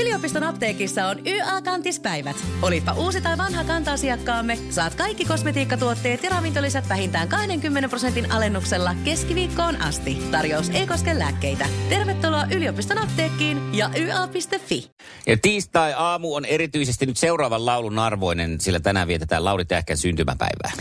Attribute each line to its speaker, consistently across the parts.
Speaker 1: Yliopiston apteekissa on YA-kantispäivät. Olipa uusi tai vanha kanta-asiakkaamme, saat kaikki kosmetiikkatuotteet ja ravintolisät vähintään 20 prosentin alennuksella keskiviikkoon asti. Tarjous ei koske lääkkeitä. Tervetuloa yliopiston apteekkiin ja YA.fi.
Speaker 2: Ja tiistai-aamu on erityisesti nyt seuraavan laulun arvoinen, sillä tänään vietetään Lauri Tähkän syntymäpäivää.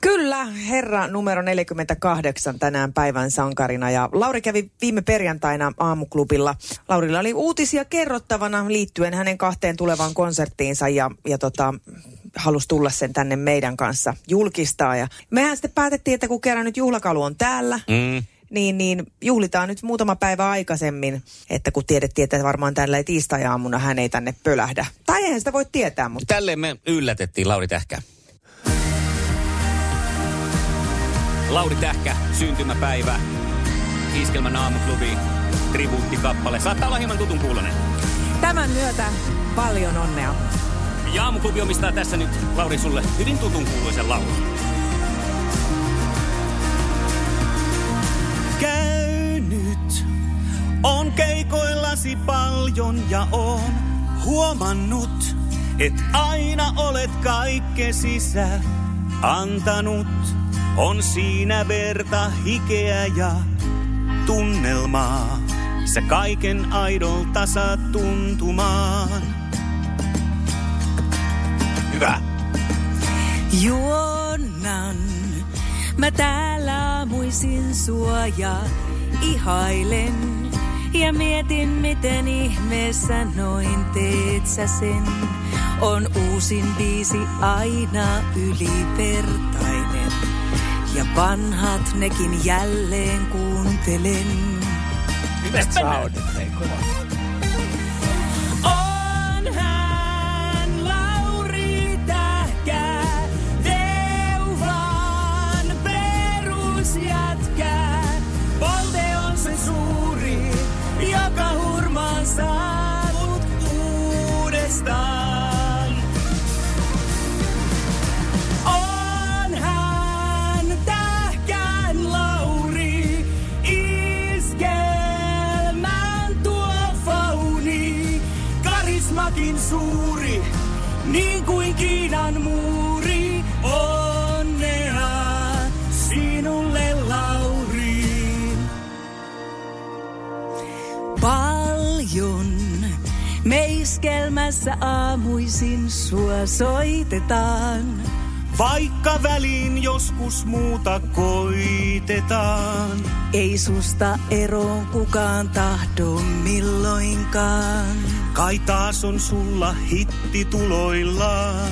Speaker 3: Kyllä, herra numero 48 tänään päivän sankarina ja Lauri kävi viime perjantaina aamuklubilla. Laurilla oli uutisia kerrottavana liittyen hänen kahteen tulevaan konserttiinsa ja, ja tota, halusi tulla sen tänne meidän kanssa julkistaa. Ja mehän sitten päätettiin, että kun kerran nyt juhlakalu on täällä,
Speaker 2: Mm.
Speaker 3: niin, niin juhlitaan nyt muutama päivä aikaisemmin, että kun tiedettiin, että varmaan tällä tiistai-aamuna hän ei tänne pölähdä. Tai eihän sitä voi tietää, mutta
Speaker 2: Tälleen me yllätettiin Lauri Tähkä. Lauri Tähkä, syntymäpäivä, Iskelmän aamuklubi, tribuuttikappale. Saattaa olla hieman tutun kuulonen.
Speaker 3: tämän myötä paljon onnea.
Speaker 2: Ja aamuklubi omistaa tässä nyt, Lauri, sulle hyvin tutun kuuluisen laulun.
Speaker 4: käynyt. On keikoillasi paljon ja on huomannut, et aina olet kaikkesi sä antanut. On siinä verta, hikeä ja tunnelmaa. Sä kaiken aidolta saat tuntumaan. Hyvä.
Speaker 5: Juonnan, mä täällä aamuisin sua ja ihailen. Ja mietin, miten ihmeessä noin teet sä sen. On uusin biisi aina ylivertainen. Ja vanhat nekin jälleen kuuntelen. On hän Lauri Tähkä, Deuvan perusjätkä. Polte on se suuri, joka hurmaan saavut uudestaan. On hän Tähkän Lauri, iskelmän tuo fauni. Karismakin suuri, niin kuin Kiinan muuri. Onnea sinulle, Lauri. Paljon meiskelmässä aamuisin sua soitetaan.
Speaker 4: Vaikka väliin joskus muuta koitetaan.
Speaker 5: Ei susta eroon kukaan tahdo milloinkaan.
Speaker 4: Kai taas on sulla hitti tuloillaan.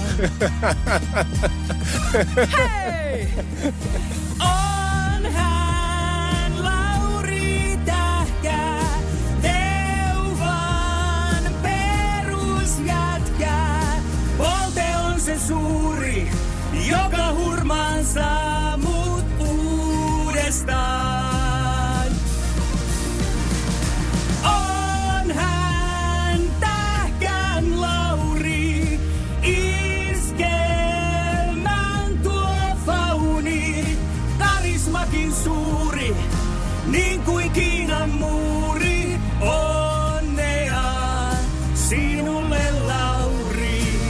Speaker 5: On hän Lauri Tähkä, Teuvan perusjätkä. Polte on se suuri, joka hurmaan saa mut uudestaan. On hän tähkän Lauri, iskelmän tuo fauni. Karismakin suuri, niin kuin Kiinan muuri. Onnea sinulle, Lauri.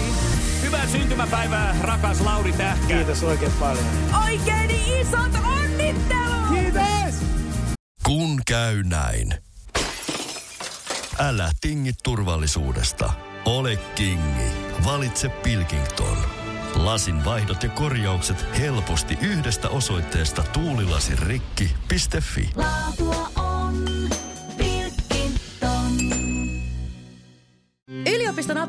Speaker 2: Hyvää syntymäpäivää, rakas Lauri Tähkä.
Speaker 6: Kiitos oikein paljon.
Speaker 5: Oikein isot onnittelut!
Speaker 7: Kun käy näin. Älä tingi turvallisuudesta. Ole kingi. Valitse Pilkington. Lasin vaihdot ja korjaukset helposti yhdestä osoitteesta tuulilasirikki.fi.
Speaker 5: Laatua on Pilkington.
Speaker 1: Mm. Yliopiston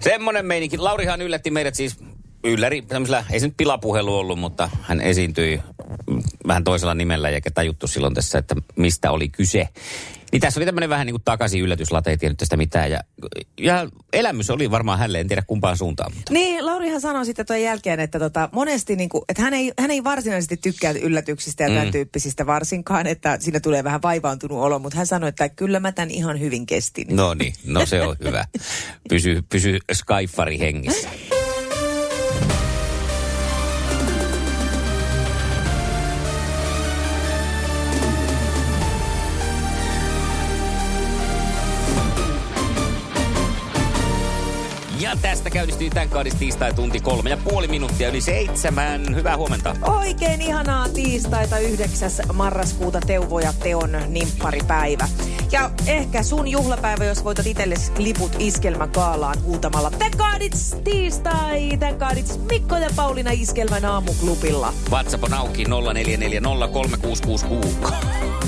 Speaker 2: Semmonen meininki. Laurihan yllätti meidät siis ylläri, tämmöisellä, ei se nyt pilapuhelu ollut, mutta hän esiintyi mm, vähän toisella nimellä eikä tajuttu silloin tässä, että mistä oli kyse. Niin tässä oli tämmöinen vähän niin kuin takaisin yllätyslate, ei tiennyt tästä mitään. Ja, ja elämys oli varmaan hänelle, en tiedä kumpaan suuntaan. Mutta.
Speaker 3: Niin, Laurihan sanoi sitten tuon jälkeen, että tota, monesti niin kuin, että hän, ei, hän ei varsinaisesti tykkää yllätyksistä ja tämän mm. tyyppisistä varsinkaan, että siinä tulee vähän vaivaantunut olo, mutta hän sanoi, että kyllä mä tämän ihan hyvin kestin.
Speaker 2: No niin, no se on hyvä. Pysy, pysy Skyfari hengissä. Ja tästä käynnistyy tämän kaadis tiistai tunti kolme ja puoli minuuttia yli seitsemän. Hyvää huomenta.
Speaker 3: Oikein ihanaa tiistaita 9. marraskuuta Teuvo ja Teon nimpparipäivä. Ja ehkä sun juhlapäivä, jos voitat itsellesi liput iskelmäkaalaan huutamalla Tekaadits tiistai, tekaadits Mikko ja Pauliina iskelmän aamuklubilla.
Speaker 2: WhatsApp on auki 04403666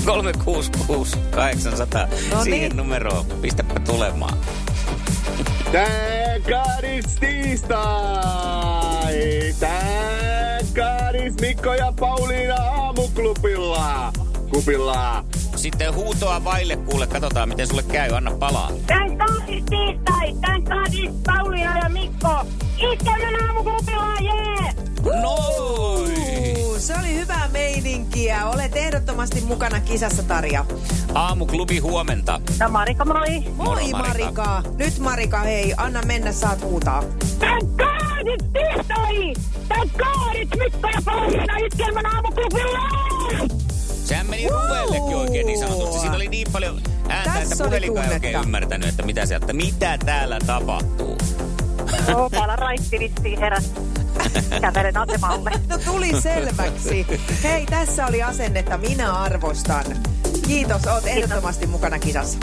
Speaker 2: 366 800.
Speaker 3: No
Speaker 2: Siihen
Speaker 3: niin.
Speaker 2: numeroon. Pistäpä tulemaan.
Speaker 8: Tää kaadis tiistai! Tää kaadis Mikko ja Pauliina aamuklubilla! Kupilla!
Speaker 2: Sitten huutoa vaille kuule, katsotaan miten sulle käy, anna palaa.
Speaker 9: Tän kaadis tiistai, tän kaadis Pauliina ja Mikko. Iskelmän aamuklubilla, jee!
Speaker 2: Noin!
Speaker 3: Uu, Se oli hyvää meininkiä. Olet ehdottomasti mukana kisassa, Tarja.
Speaker 2: Aamuklubi huomenta.
Speaker 9: Ja Marika, No, moi.
Speaker 2: Moro,
Speaker 3: Moi
Speaker 2: Marika.
Speaker 3: Marika. Nyt Marika, hei, anna mennä, saat huutaa.
Speaker 9: Tän kaadis tiistai, tän kaadis Mikko ja Pauliina iskelmän aamuklubilla.
Speaker 2: Sehän meni
Speaker 3: Wow.
Speaker 2: ruvellekin oikein niin sanotusti. Siinä oli niin paljon ääntä,
Speaker 3: Tässä
Speaker 2: että
Speaker 3: oli
Speaker 2: puhelinkaan ei oikein
Speaker 3: tunnetta.
Speaker 2: ymmärtänyt, että mitä, sieltä, mitä täällä tapahtuu.
Speaker 9: Joo, täällä raittiristiin herät. Kävelen asemalle.
Speaker 3: No tuli selväksi. Hei, tässä oli asennetta. Minä arvostan. Kiitos, oot ehdottomasti mukana kisassa.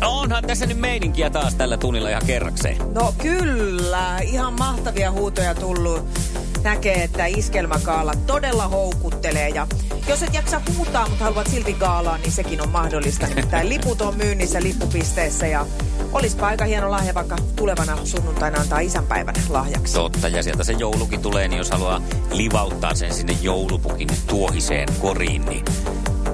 Speaker 2: No onhan tässä nyt meininkiä taas tällä tunnilla ihan kerrakseen.
Speaker 3: No kyllä, ihan mahtavia huutoja tullut. Näkee, että iskelmäkaala todella houkuttelee ja jos et jaksa huutaa, mutta haluat silti gaalaa, niin sekin on mahdollista. Nimittäin liput on myynnissä lippupisteessä ja olispa aika hieno lahja vaikka tulevana sunnuntaina antaa isänpäivän lahjaksi.
Speaker 2: Totta, ja sieltä se joulukin tulee, niin jos haluaa livauttaa sen sinne joulupukin tuohiseen koriin, niin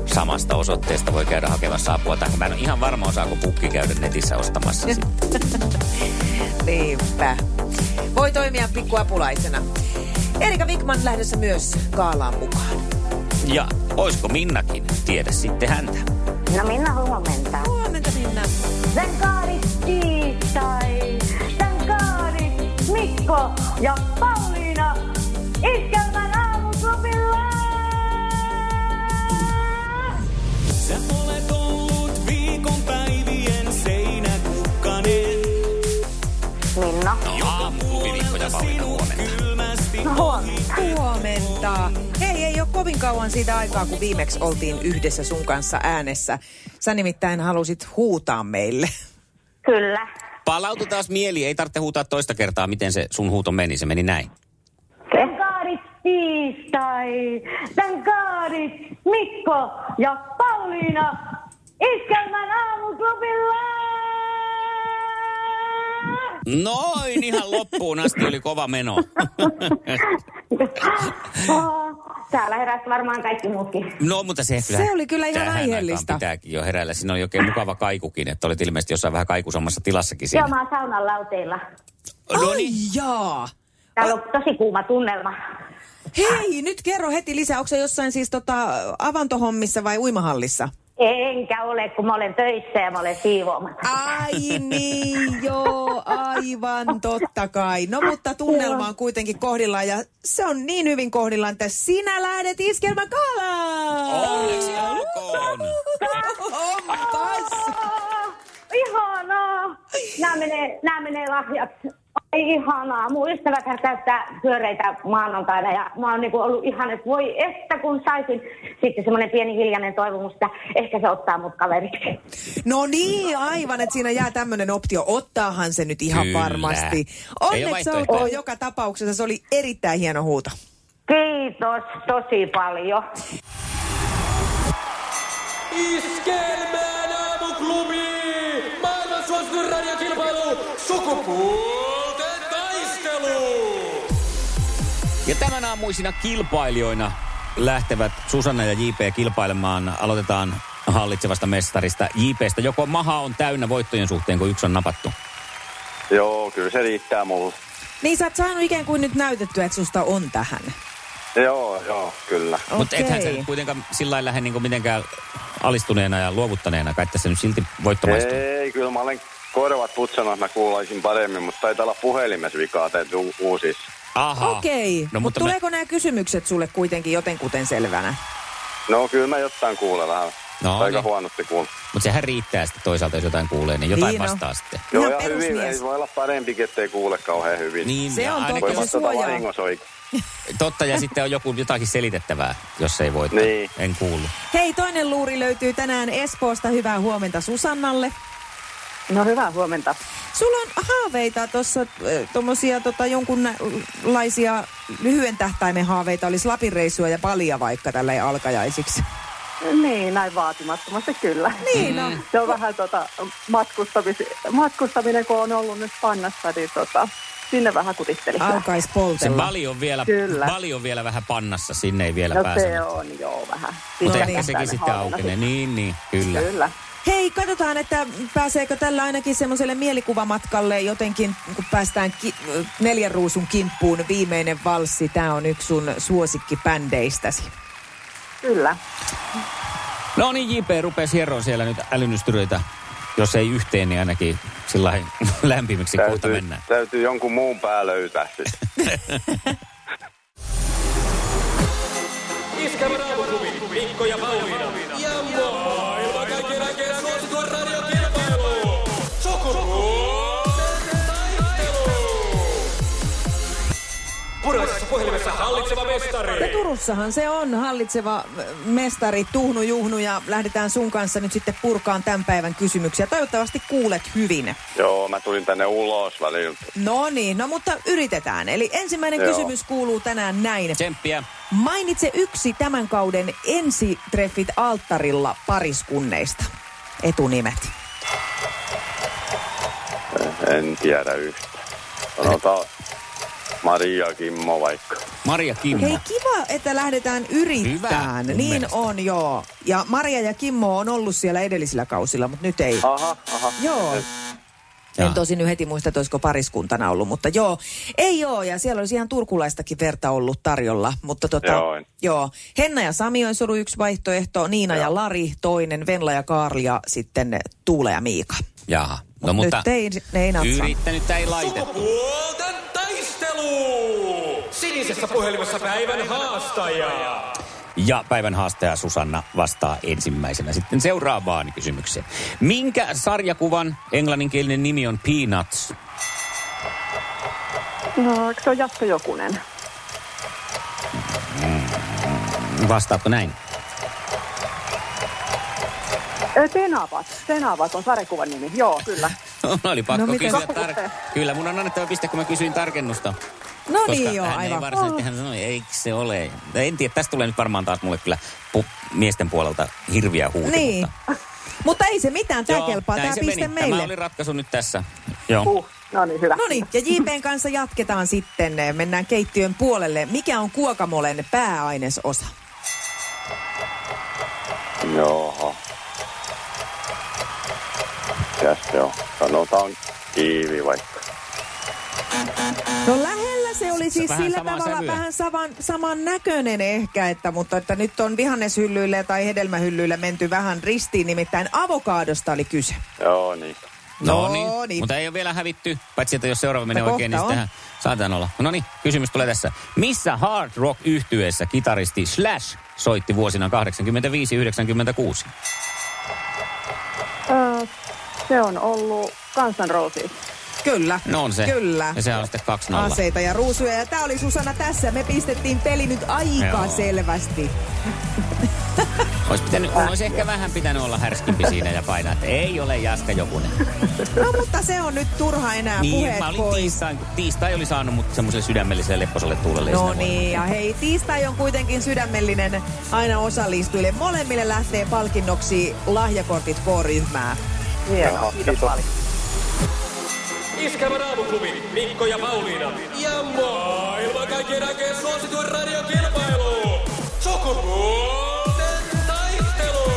Speaker 2: samasta osoitteesta voi käydä hakemassa apua. Tai mä en ole ihan varma, osaako pukki käydä netissä ostamassa sitä.
Speaker 3: Niinpä. Voi toimia pikkuapulaisena. Erika Wikman lähdössä myös kaalaan mukaan.
Speaker 2: Ja oisko Minnakin? Tiedä sitten häntä.
Speaker 9: No minä huomenta.
Speaker 3: Huomenta Minna.
Speaker 9: Tän kaadis tiistai, tän kaadis Mikko ja Pauliina iskelmän aamuklubilla.
Speaker 4: Sä olet ollut viikonpäivien seinäkukkanen.
Speaker 9: Minna.
Speaker 2: No, aamuklubi Mikko ja Pauliina huomenna.
Speaker 4: Kylmästi
Speaker 9: Huomenta.
Speaker 3: Huomenta. Hei, ei ole kovin kauan siitä aikaa, kun viimeksi oltiin yhdessä sun kanssa äänessä. Sä nimittäin halusit huutaa meille.
Speaker 9: Kyllä.
Speaker 2: Palautu taas mieli, ei tarvitse huutaa toista kertaa, miten se sun huuto meni. Se meni näin.
Speaker 9: Tän kaadit tiistai. Tän kaadit Mikko ja Pauliina iskelmän aamuklubilla.
Speaker 2: Noin, ihan loppuun asti oli kova meno.
Speaker 9: Oh, Täällä heräsi varmaan kaikki muutkin.
Speaker 2: No, mutta se,
Speaker 3: Se oli kyllä ihan
Speaker 2: tähän
Speaker 3: aiheellista.
Speaker 2: aikaan pitääkin jo heräillä. Siinä oli oikein mukava kaikukin, että olit ilmeisesti jossain vähän kaikusommassa tilassakin siinä.
Speaker 9: Joo, mä oon saunan lauteilla.
Speaker 2: no
Speaker 3: Ai
Speaker 2: niin,
Speaker 3: jaa.
Speaker 9: Täällä on tosi kuuma tunnelma.
Speaker 3: Hei, nyt kerro heti lisää. Onko se jossain siis tota, avantohommissa vai uimahallissa?
Speaker 9: Enkä ole, kun mä olen töissä ja mä olen siivoamassa.
Speaker 3: Ai niin, joo, aivan totta kai. No mutta tunnelma on kuitenkin kohdillaan ja se on niin hyvin kohdillaan, että sinä lähdet iskelmän kaalaan.
Speaker 2: Onneksi olkoon.
Speaker 3: Onpas.
Speaker 9: Oh, ihanaa! Nämä menee, nämä menee lahjaksi. Ai ihanaa. Mun ystävät käyttää pyöreitä maanantaina ja mä oon niinku ollut ihan, että voi että kun saisin. Sitten semmoinen pieni hiljainen toivomus, että ehkä se ottaa mut kaveriksi.
Speaker 3: No niin, aivan, että siinä jää tämmöinen optio. Ottaahan se nyt ihan
Speaker 2: Kyllä.
Speaker 3: varmasti.
Speaker 2: ole
Speaker 3: Onneksi
Speaker 2: vaihtoehtoja.
Speaker 3: olkoon joka tapauksessa. Se oli erittäin hieno huuto.
Speaker 9: Kiitos tosi paljon.
Speaker 5: Iskelmään aamuklubi! Maailman suosituin radiokilpailu! Sukupuolten e taistelu!
Speaker 2: Ja tämän aamuisina kilpailijoina lähtevät Susanna ja JP kilpailemaan. Aloitetaan hallitsevasta mestarista JPstä. Joko maha on täynnä voittojen suhteen, kun yksi on napattu?
Speaker 10: Joo, kyllä se riittää mulle.
Speaker 3: Niin sä oot saanut ikään kuin nyt näytettyä, että susta on tähän.
Speaker 10: Joo, joo, kyllä.
Speaker 2: Mutta ethän se
Speaker 3: Okei.
Speaker 2: nyt kuitenkaan sillä lailla lähde niin mitenkään alistuneena ja luovuttaneena. Kai tässä nyt silti voitto maistuu.
Speaker 10: Ei, kyllä mä olen korvat putsana, että mä kuulaisin paremmin, mutta taitaa olla puhelimessa vikaa tehty u- uusissa.
Speaker 2: Aha.
Speaker 3: Okei, okay. no, mutta
Speaker 2: me-
Speaker 3: tuleeko nämä kysymykset sulle kuitenkin jotenkuten selvänä?
Speaker 10: No kyllä mä jotain kuulen vähän.
Speaker 2: No
Speaker 10: Aika
Speaker 2: niin.
Speaker 10: huonosti kuulen.
Speaker 2: Mutta sehän riittää sitten toisaalta, jos jotain kuulee, niin jotain
Speaker 3: Niin on.
Speaker 2: vastaa sitten.
Speaker 10: Joo,
Speaker 3: Ihan
Speaker 10: ja hyvin.
Speaker 3: perusmies.
Speaker 10: Ei voi olla parempikin, ettei kuule kauhean hyvin.
Speaker 2: Niin,
Speaker 3: Se
Speaker 2: ja
Speaker 3: on
Speaker 2: ainakin-
Speaker 10: Voi
Speaker 3: Kyllä se
Speaker 10: vastata
Speaker 3: suojaa.
Speaker 10: vahingossa oikein.
Speaker 2: Totta, ja sitten on joku jotakin selitettävää, jos ei voita.
Speaker 10: Niin.
Speaker 2: En kuullut.
Speaker 3: Hei, toinen luuri löytyy tänään Espoosta. Hyvää huomenta Susannalle.
Speaker 9: No hyvää huomenta.
Speaker 3: Sulla on haaveita tuossa, tuommoisia tota, jonkunlaisia lyhyen tähtäimen haaveita. Olisi Lapinreissua ja palia vaikka tälleen alkajaisiksi.
Speaker 9: Niin, näin vaatimattomasti kyllä.
Speaker 3: Niin, no.
Speaker 9: Se on vähän tota, matkustamis- matkustaminen, kun on ollut nyt pannassa, niin tota, sinne vähän kutisteli.
Speaker 3: Alkaisi
Speaker 2: Se
Speaker 3: poltella.
Speaker 2: bali on, vielä,
Speaker 9: Kyllä.
Speaker 2: bali on vielä vähän pannassa, sinne ei vielä
Speaker 9: No
Speaker 2: pääse.
Speaker 9: se on, joo, vähän.
Speaker 2: Mutta
Speaker 3: No
Speaker 2: ehkä
Speaker 3: niin.
Speaker 2: sekin sitten aukenee. Niin, niin, kyllä.
Speaker 9: Kyllä.
Speaker 3: Hei, katsotaan, että pääseekö tällä ainakin semmoiselle mielikuvamatkalle jotenkin, kun päästään ki- äh, neljän ruusun kimppuun. Viimeinen valssi, tämä on yksi sun suosikkibändeistäsi.
Speaker 9: Kyllä.
Speaker 2: No niin, JP rupesi hieroon siellä nyt älynnystyröitä. Jos ei yhteen, niin ainakin sillä lailla lämpimiksi kohta
Speaker 10: Täytyy,
Speaker 2: mennään.
Speaker 10: täytyy jonkun muun pää löytää siis. sitten.
Speaker 3: Ja Turussahan se on hallitseva äh, mestari Tuhnu Juhnu ja lähdetään sun kanssa nyt sitten purkaan tämän päivän kysymyksiä. Toivottavasti kuulet hyvin.
Speaker 10: Joo, mä tulin tänne ulos välillä.
Speaker 3: No niin, no mutta yritetään. Eli ensimmäinen
Speaker 10: Joo.
Speaker 3: kysymys kuuluu tänään näin.
Speaker 2: Tsemppiä.
Speaker 3: Mainitse yksi tämän kauden ensitreffit alttarilla pariskunneista. Etunimet.
Speaker 10: En tiedä yhtä. Sanotaan Maria Kimmo vaikka.
Speaker 2: Maria Kimmo.
Speaker 3: Hei, kiva, että lähdetään yrittämään.
Speaker 2: Hyvä, mun
Speaker 3: niin
Speaker 2: mielestä.
Speaker 3: on, joo. Ja Maria ja Kimmo on ollut siellä edellisillä kausilla, mutta nyt ei.
Speaker 10: Aha, aha.
Speaker 3: Joo. En
Speaker 2: Jaa.
Speaker 3: tosin nyt heti muista, että olisiko pariskuntana ollut, mutta joo. Ei oo, ja siellä olisi ihan turkulaistakin verta ollut tarjolla, mutta tota,
Speaker 10: Joo.
Speaker 3: joo. Henna ja Sami on ollut yksi vaihtoehto, Niina ja Lari toinen, Venla ja Karli ja sitten Tuula ja Miika.
Speaker 2: Jaha. No
Speaker 3: Mut
Speaker 2: mutta
Speaker 3: nyt ei, ne ei natsaa.
Speaker 2: yrittänyt ei laite.
Speaker 5: Sukupuolten taistelu! Sinisessä puhelimessa päivän haastaja.
Speaker 2: Ja päivän haastaja Susanna vastaa ensimmäisenä sitten seuraavaan kysymykseen. Minkä sarjakuvan englanninkielinen nimi on Peanuts?
Speaker 9: No, eikö se on Jaska Jokunen?
Speaker 2: Vastaatko näin?
Speaker 9: Ö, Tenavat. Tenavat on sarjakuvan nimi. Joo, kyllä.
Speaker 2: No, oli pakko
Speaker 3: No,
Speaker 2: no,
Speaker 3: miten-
Speaker 2: kysyä tar- Kyllä, mun on annettava piste, kun mä kysyin tarkennusta.
Speaker 3: No
Speaker 2: koska
Speaker 3: niin joo,
Speaker 2: hän ei
Speaker 3: aivan.
Speaker 2: varsinaisesti, hän sanoi, eikö se ole. En tiedä, tästä tulee nyt varmaan taas mulle kyllä pu- miesten puolelta hirviä huuti.
Speaker 3: Niin.
Speaker 2: Mutta...
Speaker 3: Mutta ei se mitään, tämä
Speaker 2: Joo,
Speaker 3: kelpaa,
Speaker 2: näin
Speaker 3: tämä
Speaker 2: se
Speaker 3: piste
Speaker 2: meni.
Speaker 3: meille.
Speaker 2: Tämä oli ratkaisu nyt tässä. Joo.
Speaker 9: Uh, no niin, hyvä.
Speaker 3: No niin, ja JPn kanssa jatketaan sitten. Mennään keittiön puolelle. Mikä on kuokamolen pääainesosa?
Speaker 10: Joo. Mikäs se on? Sanotaan kiivi vaikka.
Speaker 3: No lähellä se oli siis
Speaker 2: vähän
Speaker 3: sillä
Speaker 2: samaa
Speaker 3: tavalla
Speaker 2: sävyä.
Speaker 3: vähän saman, saman näköinen ehkä, että, mutta että nyt on vihanneshyllyillä tai hedelmähyllyillä menty vähän ristiin, nimittäin avokaadosta oli kyse.
Speaker 10: Joo, niin.
Speaker 2: No,
Speaker 3: No
Speaker 2: niin.
Speaker 3: niin.
Speaker 2: mutta ei ole vielä hävitty, paitsi että jos seuraava menee
Speaker 3: No
Speaker 2: oikein, niin
Speaker 3: kohta
Speaker 2: sittenhän saatetaan olla. No niin, kysymys tulee tässä. Missä hard rock yhtyeessä kitaristi Slash soitti vuosina 85-96?
Speaker 9: Ö, se on ollut Guns N' Roses.
Speaker 3: Kyllä.
Speaker 2: No on se.
Speaker 3: Kyllä.
Speaker 2: Ja sehän on sitten 2-0.
Speaker 3: Aseita ja ruusuja. Ja tämä oli Susanna tässä. Me pistettiin peli nyt aika
Speaker 2: Joo.
Speaker 3: selvästi.
Speaker 2: Olisi, pitänyt, olisi ehkä vähän pitänyt olla härskimpi siinä ja painaa, että ei ole Jaska Jokunen.
Speaker 3: No mutta se on nyt turha enää
Speaker 2: Niin,
Speaker 3: puheet
Speaker 2: mä olin
Speaker 3: pois.
Speaker 2: tiistain, tiistai oli saanut mut semmoiselle sydämelliselle lepposelle tuulelle. ei
Speaker 3: No
Speaker 2: sinne voi.
Speaker 3: niin, ja hei, tiistai on kuitenkin sydämellinen aina osallistujille. Molemmille lähtee palkinnoksi lahjakortit K-ryhmää.
Speaker 9: Hienoa, kiitos paljon.
Speaker 5: Iskävä raamuklubi, Mikko ja Pauliina. Ja maailman kaikkien aikeen suosituen radiokilpailu. Sukupuolten e taistelu!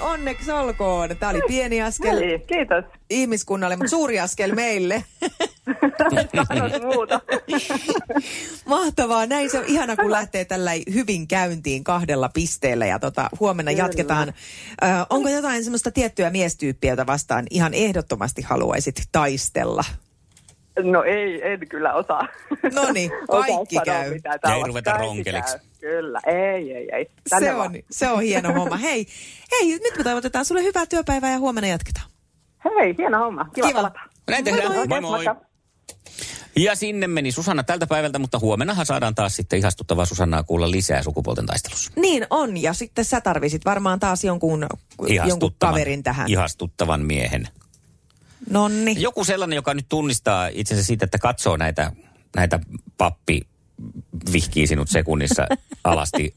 Speaker 3: onneksi olkoon. Tämä oli pieni askel
Speaker 11: Niin, kiitos.
Speaker 3: ihmiskunnalle, mutta suuri askel meille.
Speaker 11: muuta.
Speaker 3: Mahtavaa. Näin se on ihana, kun lähtee tällä hyvin käyntiin kahdella pisteellä ja tota, huomenna
Speaker 11: Kyllä.
Speaker 3: jatketaan. Ö, onko jotain semmoista tiettyä miestyyppiä, jota vastaan ihan ehdottomasti haluaisit taistella?
Speaker 11: No ei, en kyllä osaa.
Speaker 3: No niin, kaikki
Speaker 11: Osaa sanoa
Speaker 3: käy.
Speaker 11: mitään tällaista.
Speaker 2: Ei ruveta
Speaker 11: Kaikki
Speaker 2: ronkeliksi.
Speaker 11: käy. Kyllä, ei, ei, ei. Tänne
Speaker 3: se, on, niin.
Speaker 11: vaan.
Speaker 3: se on hieno homma. Hei, hei, nyt me toivotetaan sulle hyvää työpäivää ja huomenna jatketaan.
Speaker 11: Hei, hieno homma. Kiva,
Speaker 3: Kiva.
Speaker 11: palata.
Speaker 2: Näin tehdään.
Speaker 11: Okei,
Speaker 2: Moi moi.
Speaker 11: moikka.
Speaker 2: Ja sinne meni Susanna tältä päivältä, mutta huomennahan saadaan taas sitten ihastuttavaa Susannaa kuulla lisää sukupuolten taistelussa.
Speaker 3: Niin on, ja sitten sä tarvisit varmaan taas jonkun, jonkun
Speaker 2: Ihastuttavan-
Speaker 3: kaverin tähän.
Speaker 2: Ihastuttavan miehen.
Speaker 3: Nonni.
Speaker 2: Joku sellainen, joka nyt tunnistaa itsensä siitä, että katsoo näitä, näitä pappi vihkii sinut sekunnissa alasti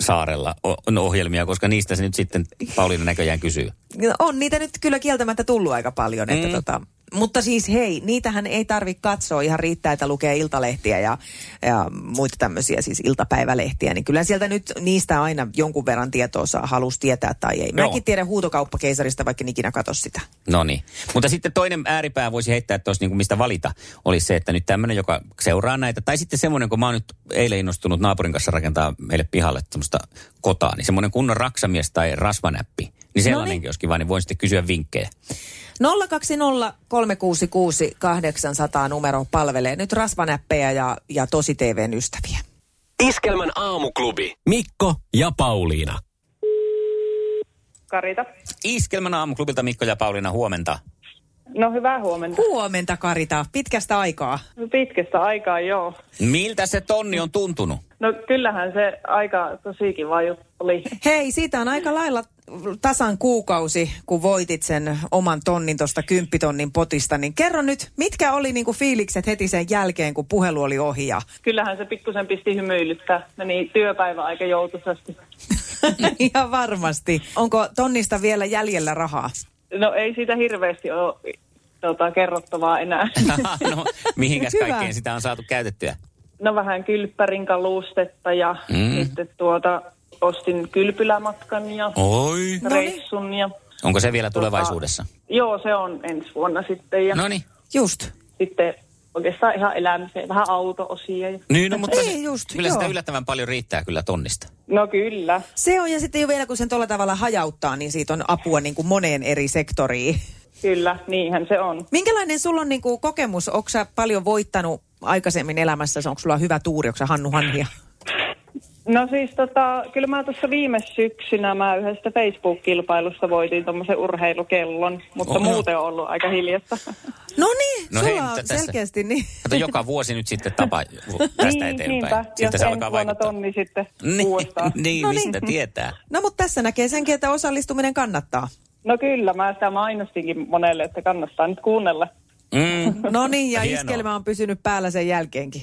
Speaker 2: saarella o- on ohjelmia, koska niistä se nyt sitten Pauliina näköjään kysyy.
Speaker 3: No On niitä nyt kyllä kieltämättä tullut aika paljon. Että
Speaker 2: Mm.
Speaker 3: tota, mutta siis hei, niitähän ei tarvitse katsoa. Ihan riittää, että lukee iltalehtiä ja, ja muita tämmöisiä siis iltapäivälehtiä. Niin kyllä sieltä nyt niistä aina jonkun verran tietoa saa, halus tietää tai ei.
Speaker 2: Joo.
Speaker 3: Mäkin tiedän huutokauppakeisarista, vaikka en ikinä katso sitä.
Speaker 2: No niin. Mutta sitten toinen ääripää voisi heittää, että olisi niin kuin mistä valita, olisi se, että nyt tämmöinen, joka seuraa näitä. Tai sitten semmoinen, kun mä oon nyt eilen innostunut naapurin kanssa rakentaa meille pihalle tämmöistä kotaa, niin semmoinen kunnon raksamies tai rasvanäppi. Niin sellainenkin
Speaker 3: Noniin.
Speaker 2: olisi kiva, niin voin sitten kysyä vinkkejä.
Speaker 3: 020 366 800 numero palvelee nyt rasvanäppejä ja, ja tosi TVn ystäviä.
Speaker 12: Iskelmän aamuklubi. Mikko ja Pauliina.
Speaker 11: Karita.
Speaker 2: Iskelmän aamuklubilta Mikko ja Pauliina huomenta.
Speaker 11: No hyvää huomenta.
Speaker 3: Huomenta Karita, pitkästä aikaa.
Speaker 11: Pitkästä aikaa, joo.
Speaker 2: Miltä se tonni on tuntunut?
Speaker 11: No kyllähän se aika tosikin vaju oli.
Speaker 3: Hei, siitä on aika lailla tasan kuukausi, kun voitit sen oman tonnin tuosta kymppitonnin potista, niin kerro nyt, mitkä oli niinku fiilikset heti sen jälkeen, kun puhelu oli ohi ja
Speaker 11: Kyllähän se pikkusen pisti hymyilyttää. Meni työpäivä aika joutuisasti.
Speaker 3: ihan varmasti. Onko tonnista vielä jäljellä rahaa?
Speaker 11: No ei siitä hirveästi ole tota, kerrottavaa enää.
Speaker 2: no, mihinkäs
Speaker 3: Hyvä.
Speaker 2: kaikkeen sitä on saatu käytettyä?
Speaker 11: No vähän kylppärin kalustetta ja
Speaker 2: Mm.
Speaker 11: mm. sitten tuota, ostin kylpylämatkan ja No niin.
Speaker 2: Oi.
Speaker 11: reissun. Ja, tuota-
Speaker 2: Onko se vielä Oh. tulevaisuudessa?
Speaker 11: joo, se on ensi vuonna sitten. Ja
Speaker 2: No niin.
Speaker 3: Just.
Speaker 11: Sitten oikeastaan ihan elämiseen, vähän auto-osia. Ja...
Speaker 2: Niin, no, mutta
Speaker 3: Niin, just,
Speaker 2: kyllä sitä
Speaker 3: joo.
Speaker 2: yllättävän paljon riittää kyllä tonnista.
Speaker 11: No kyllä.
Speaker 3: Se on, ja sitten jo vielä kun sen tuolla tavalla hajauttaa, niin siitä on apua niin kuin moneen eri sektoriin.
Speaker 11: Kyllä, niinhän se on.
Speaker 3: Minkälainen sulla on niin kuin kokemus? Onko sä paljon voittanut aikaisemmin elämässä? Onko sulla hyvä tuuri? Onko sä Hannu Hanhia?
Speaker 11: No siis tota, kyllä mä tuossa viime syksynä mä yhdestä Facebook-kilpailusta voitin tuommoisen urheilukellon, mutta
Speaker 2: Oho.
Speaker 11: muuten on ollut aika hiljasta.
Speaker 3: No niin,
Speaker 2: No
Speaker 3: no
Speaker 2: hei,
Speaker 3: sulla
Speaker 2: mutta
Speaker 3: on
Speaker 2: tässä-
Speaker 3: selkeästi niin.
Speaker 2: Kato, joka vuosi nyt sitten tapa
Speaker 11: niin,
Speaker 2: tästä eteenpäin.
Speaker 11: niinpä, jos
Speaker 2: Sitten se
Speaker 11: ensi
Speaker 2: alkaa
Speaker 11: vuonna
Speaker 2: vaikuttaa.
Speaker 11: tonni sitten uudestaan.
Speaker 2: Niin, niin
Speaker 3: No
Speaker 2: mistä
Speaker 3: niin.
Speaker 2: tietää.
Speaker 3: No mutta tässä näkee senkin, että osallistuminen kannattaa.
Speaker 11: No kyllä, mä sitä mainostinkin monelle, että kannattaa nyt kuunnella.
Speaker 2: Mm.
Speaker 3: No niin, ja
Speaker 2: Hienoa.
Speaker 3: iskelmä on pysynyt päällä sen jälkeenkin.